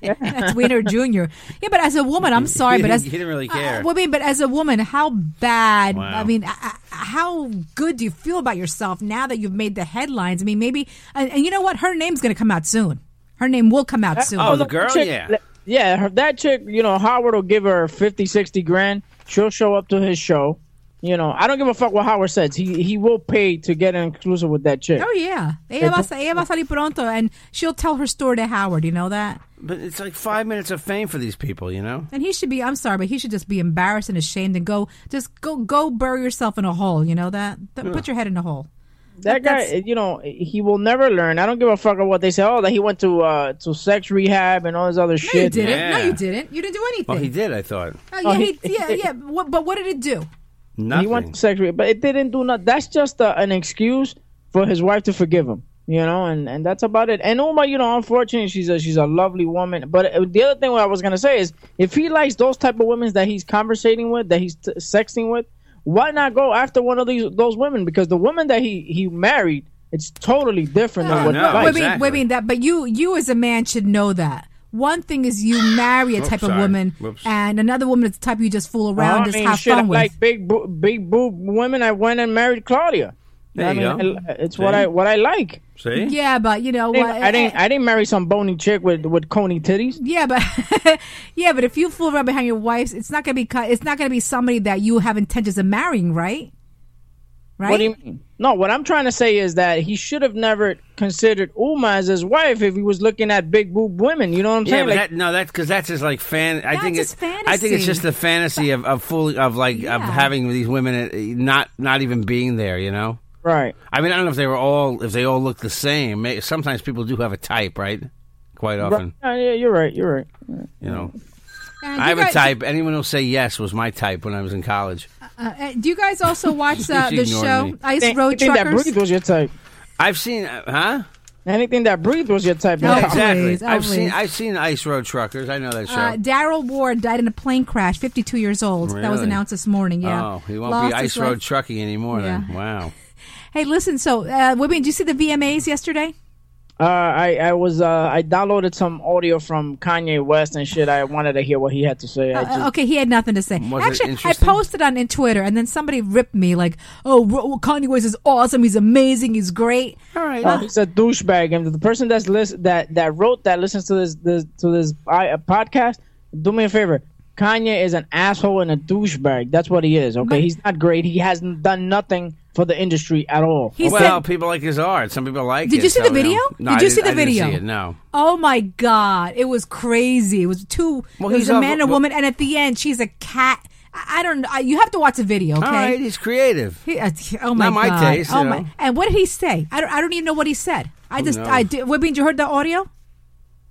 B: That's Wiener Jr. Yeah, but as a woman, I'm sorry, but
C: *laughs*
B: as
C: He didn't really care.
B: Uh, well, I mean, but as a woman, how bad?
C: Wow.
B: I mean, I, I, how good do you feel about yourself now that you've made the headlines? I mean, maybe, and, and you know what? Her name's going to come out soon. Her name will come out soon.
C: oh, the girl,
D: Chick-
C: yeah.
D: yeah, her, that chick. You know, Howard will give her 50, 60 grand. She'll show up to his show. You know, I don't give a fuck what Howard says. He he will pay to get an exclusive with that chick.
B: Oh, yeah, ella va, a sa- ella va a salir pronto, and she'll tell her story to Howard. You know that,
C: But it's like five minutes of fame for these people, you know.
B: and he should be. I'm sorry, but he should just be embarrassed and ashamed, and go just go go bury yourself in a hole. You know that. Th- Put your head in a hole.
D: That guy,
B: That's-
D: you know, he will never learn. I don't give a fuck about what they say. Oh, that he went to uh to sex rehab and all this other
B: No, you
D: shit.
B: didn't. No,
C: Yeah.
B: you didn't. You didn't do anything.
C: Well, he did. I thought
B: Oh, yeah,
D: he-
C: *laughs*
B: he- yeah, yeah. What, but what did it do?
C: nothing.
D: He went to sex rehab, but it didn't do nothing. That's just uh an excuse for his wife to forgive him, you know, and and that's about it. And Uma, you know, unfortunately, she's a she's a lovely woman. But uh, the other thing what I was gonna say is, if he likes those type of women that he's conversating with, that he's t- sexting with, why not go after one of these those women? Because the woman that he he married, it's totally different
C: Oh,
D: than what.
C: no.
D: he likes.
B: Wait,
C: Exactly.
B: wait, wait, that. But you, you as a man should know that. One thing is you marry a type of
C: sorry.
B: woman,
C: Whoops.
B: and another woman is the type you just fool around,
D: I
B: just
D: mean,
B: have
D: shit,
B: fun with.
D: like big bo- big boob women. I went and married Claudia.
C: There
D: I
C: you
D: mean,
C: go.
D: I- it's what I what I like.
C: See,
B: yeah, but you know, what?
D: I didn't I didn't marry some bony chick with with coney titties.
B: yeah, but *laughs* yeah, but if you fool around behind your wife, it's not gonna be. cu- It's not gonna be somebody that you have intentions of marrying, right? Right.
D: What do you mean? No, what I'm trying to say is that he should have never considered Uma as his wife if he was looking at big boob women. You know what I'm
C: Yeah,
D: saying?
C: but
D: Like,
C: that, no, that's because that's just like fan. I
B: That's
C: think
B: his
C: it, I think it's
B: fantasy.
C: just the fantasy of of fully of like of
B: Yeah.
C: having these women uh, not not even being there. You know,
D: right.
C: I mean, I don't know if they were all if they all look the same. May- Sometimes people do have a type, right? Quite often,
D: Oh, Yeah, yeah, you're right. You're right.
C: you know.
B: And
C: I
B: you
C: have a
B: guys-
C: type. Anyone who'll say yes was my type when I was in college.
B: uh, uh, do you guys also
C: *laughs*
B: watch uh,
C: She
B: the
C: ignored
B: show
C: me.
B: Ice
D: Anything
B: Road
D: that
B: Truckers?
D: breathed was your type.
C: I've seen, uh, huh?
D: Anything that breathed was your type.
B: No.
D: No.
C: exactly.
B: please, oh,
C: I've seen,
B: please.
C: I've seen Ice Road Truckers. I know that show.
B: Uh, Daryl Ward died in a plane crash, 52 years old. That was
C: Really?
B: announced this morning. Yeah.
C: Oh, he won't
B: Lost
C: be
B: his
C: Ice Road
B: life.
C: Trucking anymore. Then
B: Yeah.
C: wow.
B: Hey, listen. So, uh, Wibby, did you see the VMAs yesterday?
D: Uh, I I was uh, I downloaded some audio from Kanye West and shit. I wanted to hear what he had to say. I just,
B: Uh, okay, he had nothing to say.
C: Was it
B: Actually, I
C: interesting?
B: posted on in Twitter, and then somebody ripped me like, "Oh, Ro- Kanye West is awesome. He's amazing. He's great."
C: All right.
D: Oh, he's a douchebag, and the person that's list that that wrote that listens to this, this to this I, uh, podcast. Do me a favor, Kanye is an asshole and a douchebag. That's what he is. Okay, he's not great. He hasn't done nothing for the industry at all.
B: He
C: well,
B: said,
C: people like his art. Some people like.
B: Did
C: it,
B: you see
C: so,
B: the video?
C: know. No,
B: Did
C: I
B: you see
C: didn't-
B: the
C: I didn't see
B: video?
C: it, no.
B: "Oh my God, it was crazy. It was two.
C: Well,
B: it was
C: he's
B: a
C: off-
B: man and a
C: well-
B: woman, and at the end, she's a cat." I I don't. I, you have to watch the video, okay?
C: All right, he's creative.
B: He, uh, oh my
C: Not my
B: god!
C: taste,
B: oh
C: you
B: my!
C: know.
B: And what did he say? I don't. I don't even know what he said. I just.
C: knows?
B: I did. What means you heard the audio?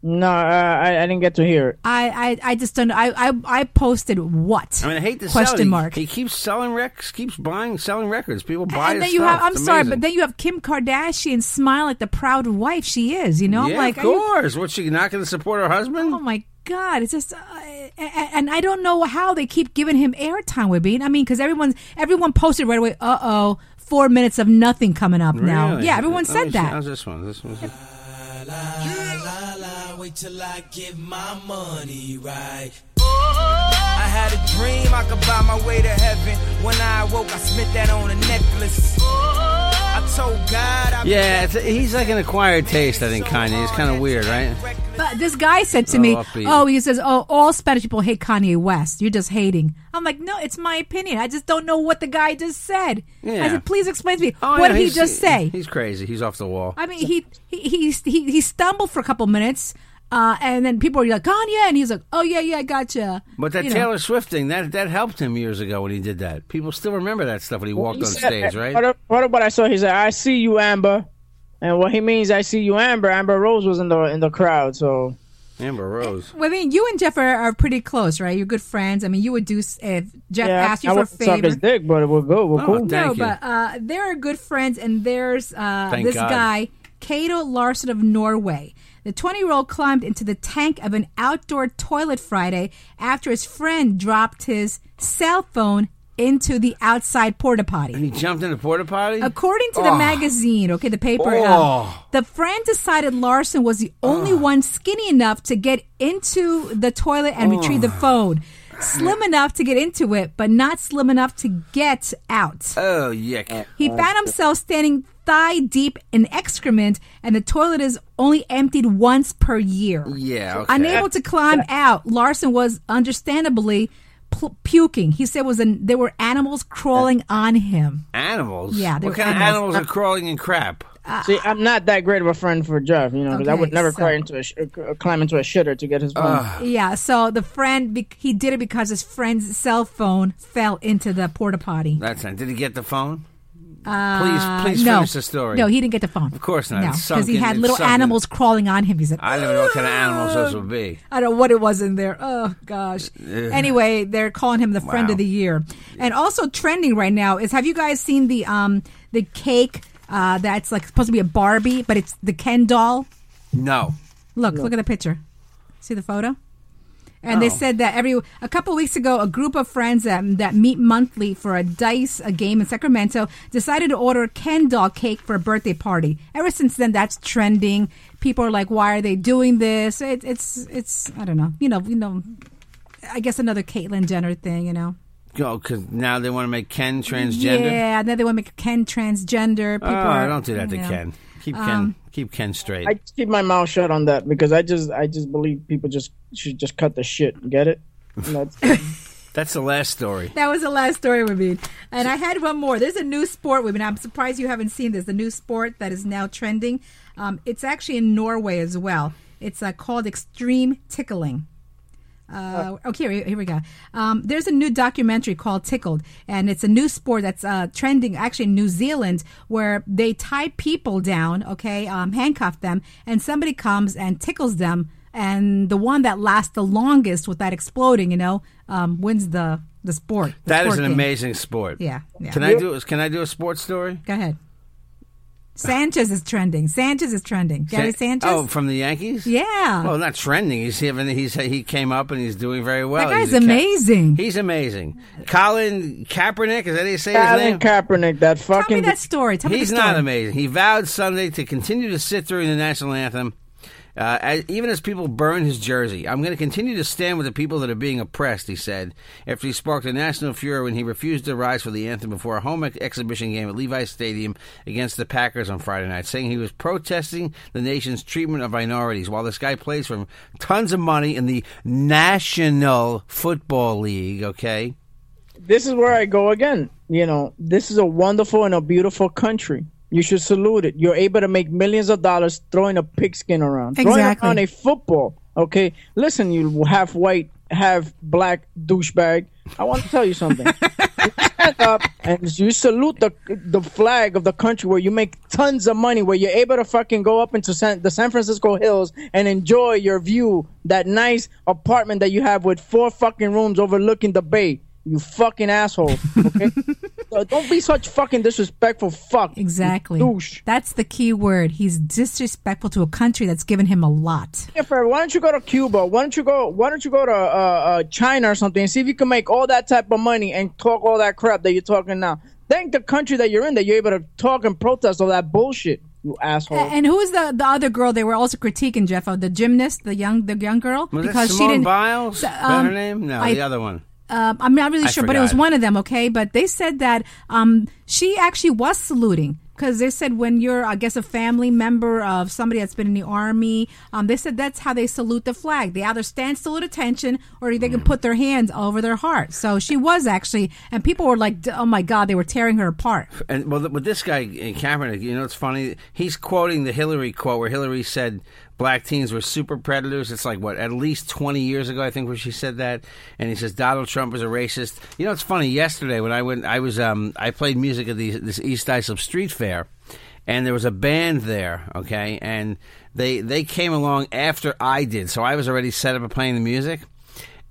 D: No, uh, I I didn't get to hear it.
B: I. I. I just don't. I. I. I posted what?
C: I mean, I hate to sell it.
B: question
C: He-
B: mark.
C: He, keeps selling records, keeps buying, selling records. People buy
B: and
C: his
B: then you have.
C: stuff.
B: I'm
C: It's
B: sorry,
C: amazing.
B: but then you have Kim Kardashian smile like the proud wife she is. You know,
C: yeah,
B: I'm like,
C: of
B: are you-
C: course. What's she not going to support her husband?
B: oh my god! It's just. Uh, a- a- and I don't know how they keep giving him airtime with being. I mean, because everyone. Everyone posted right away. Uh oh. Four minutes of nothing coming up now.
C: Really?
B: Yeah, everyone
C: Let me
B: said
C: see.
B: that.
C: How's this one? This one's
E: La la, wait till I get my money right. I had a dream I could buy my way to heaven. When I awoke, I spent that on a necklace. I told God I
C: Yeah, it's, he's like an acquired taste. I think Kanye. He's kind of weird, right?
B: But this guy said to me,
C: Oh, upbeat.
B: "Oh, he says, oh, all Spanish people hate Kanye West. You're just hating." I'm like, "No, it's my opinion. I just don't know what the guy just said."
C: Yeah.
B: I said, "Please explain to me
C: Oh,
B: what
C: yeah,
B: did he
C: he's-
B: just say."
C: He's crazy. He's off the wall.
B: I mean, he he he he, he stumbled for a couple minutes, uh, and then people were like, "Kanye," and he's like, "Oh yeah, yeah, gotcha."
C: But that
B: You know.
C: Taylor Swift thing that that helped him years ago when he did that. People still remember that stuff when he walked
D: He
C: on
D: said-
C: stage,
D: Part
C: right?
D: of, part of what I saw, he said, "I see you, Amber," and what he means, "I see you, Amber." Amber Rose was in the in the crowd, so
C: Amber Rose.
B: Well, I mean, you and Jeff are, are pretty close, right? You're good friends. I mean, you would do s- if Jeff
D: yeah,
B: asked
D: I,
B: you
D: I
B: for a
D: would suck his
B: favor.
D: dick, but we're good, we're
C: Oh,
D: cool.
C: thank
B: *laughs* no,
C: you.
B: but uh, they're good friends, and there's uh,
C: Thank
B: this
C: God.
B: guy, Cato Larson of Norway. The 20 year old climbed into the tank of an outdoor toilet Friday after his friend dropped his cell phone into the outside porta potty.
C: He jumped in the porta potty.
B: According to the magazine, okay, the paper, um,
C: Ah. Oh. Ah.
B: the friend decided Larson was the only one skinny enough to get into the toilet and retrieve
C: Ah.
B: the phone. Slim enough to get into it, but not slim enough to get out.
C: Oh yuck!
B: He found himself standing thigh deep in excrement, and the toilet is only emptied once per year.
C: Yeah, okay.
B: Unable to climb out, Larson was understandably pu- puking. He said was an, there were animals crawling on him.
C: Animals.
B: Yeah, they
C: what
B: were
C: kind of
B: animals.
C: animals are crawling in crap?
D: See, I'm not that great of a friend for Jeff, you know, 'cause I
B: Okay,
D: would never
B: so-
D: cry into a sh- uh, climb into a shitter to get his phone.
B: Yeah, so the friend bec- he did it because his friend's cell phone fell into the porta potty.
C: That's not. Did he get the phone?
B: Uh,
C: please, please
B: no.
C: finish the story.
B: No, he didn't get the phone. Of
C: course not.
B: No,
C: It's
B: because he
C: sunken-
B: had
C: it's
B: little
C: sunken.
B: animals crawling on him. He's like, "Ah!"
C: I don't even know what kind of animals those would be.
B: I don't know what it was in there. Oh gosh. Anyway, they're calling him the friend
C: Wow.
B: of the year. And also trending right now is have you guys seen the um the cake uh, that's like supposed to be a Barbie, but it's the Ken doll?
C: No.
B: Look, look at the picture. See the photo? And
C: Oh.
B: they said that every a couple weeks ago, a group of friends that, that meet monthly for a dice a game in Sacramento decided to order Ken doll cake for a birthday party. Ever since then, that's trending. People are like, "Why are they doing this?" It, it's it's I don't know. You know, you know. I guess another Caitlyn Jenner thing. You know.
C: Go because now they want to make Ken transgender.
B: Yeah, and then they want to make Ken transgender. People
C: Oh,
B: are,
C: don't do that to
B: you know. Um,
C: Ken. Keep Ken. Keep Ken straight.
D: I just keep my mouth shut on that because I just I just believe people just should just cut the shit. Get it? And that's-
C: That's the last story.
B: *laughs* That was the last story, Rabin. And I had one more. There's a new sport, women. I'm surprised you haven't seen this. The new sport that is now trending. Um, it's actually in Norway as well. It's uh, called extreme tickling. Uh, okay, here, here we go. Um, there's a new documentary called Tickled, and it's a new sport that's uh, trending actually in New Zealand where they tie people down, okay, um, handcuff them, and somebody comes and tickles them, and the one that lasts the longest without exploding, you know, um, wins the the sport. the
C: That is
B: sport
C: an
B: game.
C: amazing sport.
B: Yeah, yeah.
C: Can I do? Can I do a sports story?
B: Go ahead. Sanchez is trending. Sanchez is trending. Gary
C: Sa-
B: Sanchez.
C: Oh, from the Yankees.
B: yeah.
C: Well, not trending. He's having, he's he came up and he's doing very well.
B: that guy's
C: He's a ca-
B: amazing.
C: He's amazing. Colin Kaepernick. Is that how you say his
D: Colin
C: name?
D: Kaepernick, that
B: Tell me
D: fucking
B: that story. Tell me
C: He's
B: the story.
C: not amazing. He vowed Sunday to continue to sit through the national anthem, uh, as, even as people burn his jersey. I'm going to continue to stand with the people that are being oppressed, he said, after he sparked a national fury when he refused to rise for the anthem before a home ex- exhibition game at Levi's Stadium against the Packers on Friday night, saying he was protesting the nation's treatment of minorities. While this guy plays for tons of money in the National Football League, okay?
D: this is where I go again. You know, this is a wonderful and a beautiful country. You should salute it. You're able to make millions of dollars throwing a pigskin around, throwing
B: Exactly.
D: around a football. Okay, listen, you half white, half black douchebag. I want to tell
B: *laughs*
D: you something. Stand up and you salute the the flag of the country where you make tons of money, where you're able to fucking go up into San, the San Francisco hills and enjoy your view, that nice apartment that you have with four fucking rooms overlooking the bay. You fucking asshole. Okay, So don't be such fucking disrespectful. Fuck you
B: Exactly.
D: douche.
B: That's the key word. He's disrespectful to a country that's given him a lot.
D: Jennifer, why don't you go to Cuba? Why don't you go? Why don't you go to uh, uh, China or something and see if you can make all that type of money and talk all that crap that you're talking now? Thank the country that you're in that you're able to talk and protest all that bullshit, you asshole.
B: And who is the the other girl they were also critiquing, Jeff? Oh, the gymnast, the young the young girl,
C: Was
B: because
C: that
B: she
C: Simone
B: didn't.
C: Biles? Is that
B: um,
C: her name? No,
B: I-
C: the other one.
B: Um, I'm not really
C: I
B: sure, but it was
C: forgot.
B: one of them. Okay, but they said that um, she actually was saluting. because they said when you're, I guess, a family member of somebody that's been in the army, um, they said that's how they salute the flag. They either stand still at attention or they can
C: Mm.
B: put their hands over their heart. So she was actually, and people were like, "Oh my God," they were tearing her
C: *laughs*
B: apart.
C: And well, th- with this guy in Kaepernick, you know, it's funny. He's quoting the Hillary quote where Hillary said black teens were super predators. It's like what at least twenty years ago, I think, where she said that. And he says Donald Trump is a racist. You know, it's funny. Yesterday when I went, I was um, I played music at the, this East Islip Street Fair, and there was a band there. Okay, and they they came along after I did, so I was already set up and playing the music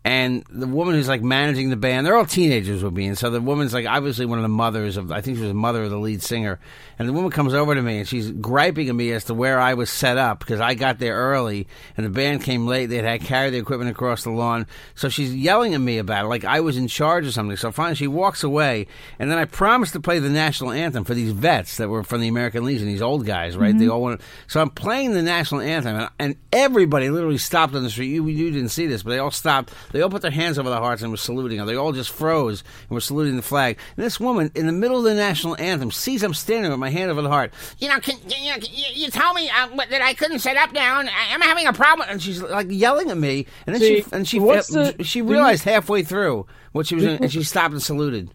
C: and the woman who's like managing the band, they're all teenagers would be. And so the woman's like obviously one of the mothers of, I think she was the mother of the lead singer. And the woman comes over to me and she's griping at me as to where I was set up because I got there early and the band came late. They had carried the equipment across the lawn. So she's yelling at me about it like I was in charge or something. So finally she walks away. And then I promised to play the national anthem for these vets that were from the American Legion, these old guys, right? They all wanted. So I'm playing the national anthem and, and everybody literally stopped on the street. You, you didn't see this, but they all stopped. They all put their hands over their hearts and were saluting her. They all just froze and were saluting the flag. And this woman, in the middle of the national anthem, sees I'm standing with my hand over the heart. You know, can, you, know, can- you, you told me uh, what- that I couldn't sit up now, and I, am having a problem. And she's like yelling at me. And then she
D: See,
C: and she
D: what's
C: fa-
D: the-
C: she
D: do
C: realized halfway through what she was doing, and she stopped and saluted.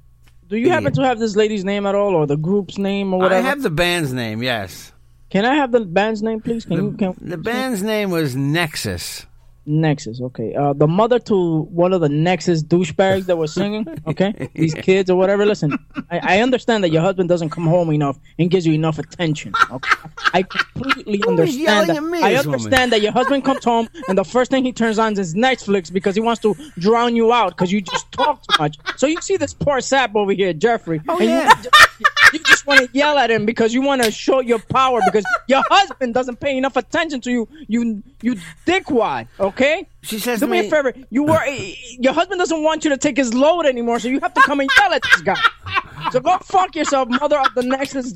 D: Do you happen to have this lady's name at all, or the group's name, or
C: I
D: whatever?
C: have the band's name. Yes,
D: Can I have the band's name, please? Can you can
C: the band's name was Nexus.
D: Nexus? Okay. Uh, the mother to one of the Nexus douchebags that
C: *laughs*
D: were singing. Okay, these kids or whatever. Listen, I, I understand that your husband doesn't come home enough and gives you enough attention. Okay? I completely
C: is yelling
D: understand.
C: at me,
D: That. I
C: this woman?
D: understand that your husband comes home and the first thing he turns on is Netflix because he wants to drown you out because you just talk too much. So you see this poor sap over here, Jeffrey. Oh
C: yeah.
D: You, you just want to yell at him because you want to show your power because your husband doesn't pay enough attention to you. You you dickwad. Okay.
C: She says
D: Do
C: to
D: me,
C: me-
D: a favor. You were your husband doesn't want you to take his load anymore, so you have to come and yell at this guy. So go fuck yourself, mother of the Nexus,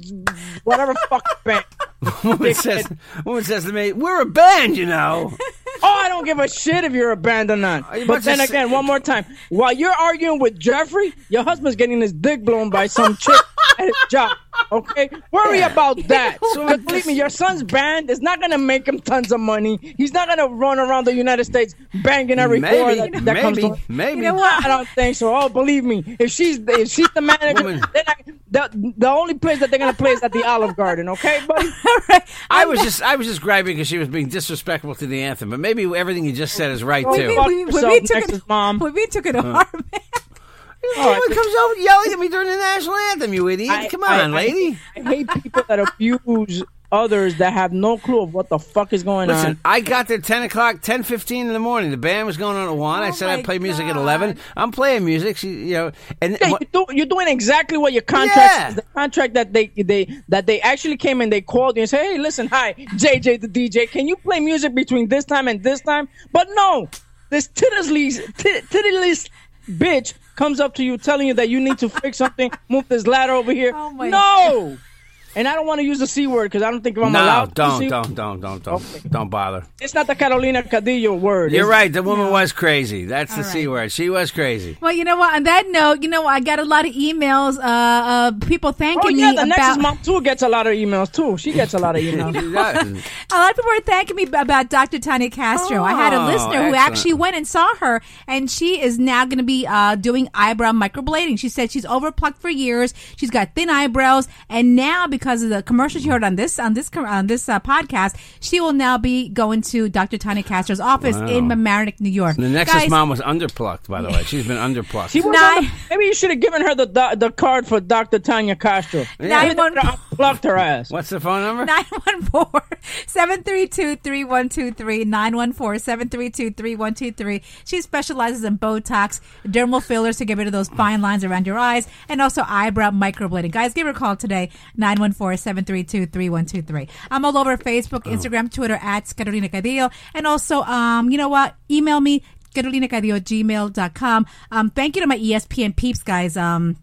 D: whatever fuck band.
C: *laughs* Woman says, woman says to me, "We're a band, you
D: *laughs*
C: know."
D: Oh, I don't give a shit if you're a band or not.
C: you about
D: But
C: to
D: then
C: say-
D: again, one more time, while you're arguing with Jeffrey, your husband's getting his dick blown by some chick at his job. Okay, worry about that.
C: *laughs* So
D: Because
C: I
D: believe
C: just-
D: me, your son's band is not gonna make him tons of money. He's not gonna run around the United States banging every door
C: Maybe,
D: that, that comes
C: maybe,
D: to him.
C: maybe.
B: You know what?
D: I don't think so. Oh, believe me, if she's if she's the manager,
C: Woman.
D: they're not, the the only place that they're gonna play is at the Olive Garden. Okay,
B: *laughs*
D: buddy.
C: I was just I was just grabbing because she was being disrespectful to the anthem, but maybe everything you just said is right
B: When we,
C: too.
D: Fuck
B: when we
D: yourself,
B: took
D: Nexus
B: it,
D: mom.
B: when we took it to heart, man.
C: Someone comes over yelling at me during the national anthem, you idiot!
D: I-
C: Come
D: I-
C: on,
D: I-
C: lady.
D: I *laughs* hate people that abuse others that have no clue of what the fuck is going
C: Listen,
D: on.
C: I got there ten o'clock, ten fifteen in the morning. The band was going on at one. I
B: Oh
C: said I
B: my
C: play music at
B: God.
C: eleven. I'm playing music. She, you know, and
D: Yeah,
C: what-
D: you do, you're doing exactly what your contract
C: Yeah.
D: is. The contract that they they that they actually came and they called you and said, "Hey, listen, hi, JJ the DJ, can you play music between this time and this time?" But no, this tiddly tid- tiddlyless bitch comes up to you telling you that you need to fix something, move this ladder over here.
B: Oh my
D: no. And I don't want to use the c word because I don't think I'm
C: no,
D: allowed. to
C: don't,
D: C-
C: don't, don't, don't, don't, don't bother.
D: It's not the Carolina Cadillo word.
C: You're
D: It's-
C: right. The woman was crazy. That's the c
B: right.
C: word. She was
D: *laughs*
C: crazy.
B: *laughs* Well, you know what? On that note, you know I got a lot of emails. Uh, uh people thanking
D: Oh yeah,
B: me
D: the
B: about.
D: Nexus mom too gets a lot of emails too. She gets a lot of
B: *laughs*
D: emails.
C: She does.
B: A lot of people were thanking me about Dr. Tanya Castro. I had a
C: Oh,
B: listener who
C: excellent.
B: actually went and saw her, and she is now going to be uh, doing eyebrow microblading. She said she's overplucked for years. She's got thin eyebrows, and now because of the commercial she heard on this on this com- on this uh, podcast, she will now be going to Dr. Tanya Castro's office in Mamaroneck, New York.
C: The Nexus
B: Guys,
C: mom was underplucked, by the way. She's been underplucked.
D: She was
B: Nah.
D: on the- maybe you should have given her the do- the card for Dr. Tanya Castro.
B: Yeah.
D: Maybe they would have unplugged her ass.
C: What's the phone number?
B: 914-732-3123, 914-732-3123. She specializes in Botox, dermal fillers to get rid of those fine lines around your eyes, and also eyebrow microblading. Guys, give her a call today, 914-732-3123. I'm all over Facebook, Instagram, Twitter, at Carolina Cadillo. And also, um, you know what? Email me, E carolinacadillo@gmail.com. Um, thank you to my ESPN peeps, guys. Um,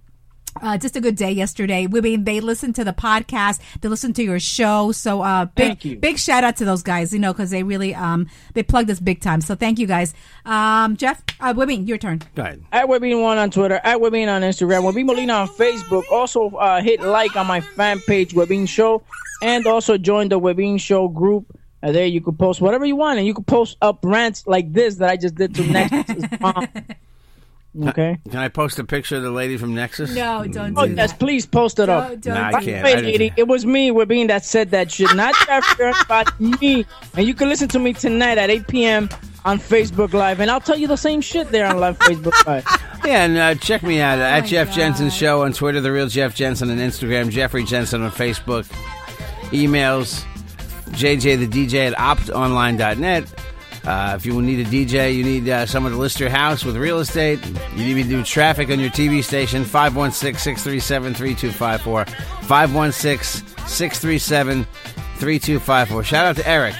B: Uh, just a good day yesterday. Women, they listen to the podcast. They listen to your show. So, uh, big,
D: Thank you.
B: big shout out to those guys, you know, cause they really, um, they plugged us big time. So thank you guys. Um, Jeff, uh, women, your turn.
C: Go ahead.
D: At Webin One on Twitter, at Webin on Instagram, Webin Molina on Facebook. Also uh, hit like on my fan page, Webin Show, and also join the Webin Show group. Uh, there you could post whatever you want, and you could post up rants like this that I just did to next.
B: *laughs*
D: mom. okay.
C: Can I post a picture of the lady from Nexus?
B: No, don't
D: Oh
B: do
D: yes,
B: that.
D: please post it up.
B: Don't, don't
C: Nah, I can't.
B: do
D: Hey,
C: I didn't-
D: lady, it was me, Webin, that said that shit,
C: *laughs*
D: not Jeffrey, but me. And you can listen to me tonight at 8 p.m. on Facebook Live, and I'll tell you the same shit there on live Facebook
C: *laughs*
D: Live.
C: Yeah, and uh, check me
D: Oh
C: out at Jeff
B: God.
C: Jensen Show on Twitter, The Real Jeff Jensen on Instagram, Jeffrey Jensen on Facebook, emails, JJ the DJ at optonline.net. Uh, if you need a DJ, you need uh, someone to list your house with real estate, you need me to do traffic on your TV station, 516 637 3254. 516 637 3254. Shout out to Eric.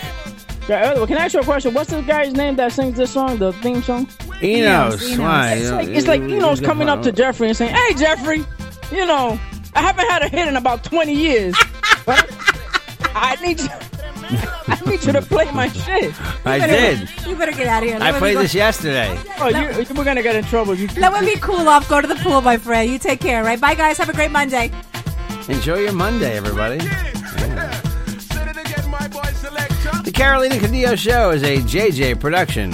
D: Yeah, Elliot, can I ask you a question? What's this guy's name that sings this song, the theme song?
C: Enos.
B: Enos.
C: Why?
B: It's
D: It's like, it's like Eno's coming up to Jeffrey and saying, "Hey, Jeffrey, you know, I haven't had a hit in about 20 years. But I need you, *laughs* I need you to play my shit.
C: I did.
B: You better get out of here. Let
C: I
B: me
C: played
B: go-
C: this yesterday.
D: Oh, you, you- we're gonna get in trouble. if You keep-
B: Let me cool off. Go to the pool, my friend. You take care, right? Bye, guys. Have a great Monday.
C: Enjoy your Monday, everybody.
A: Said it again, my boy selector.
C: The Carolina Cadillo Show is a JJ production.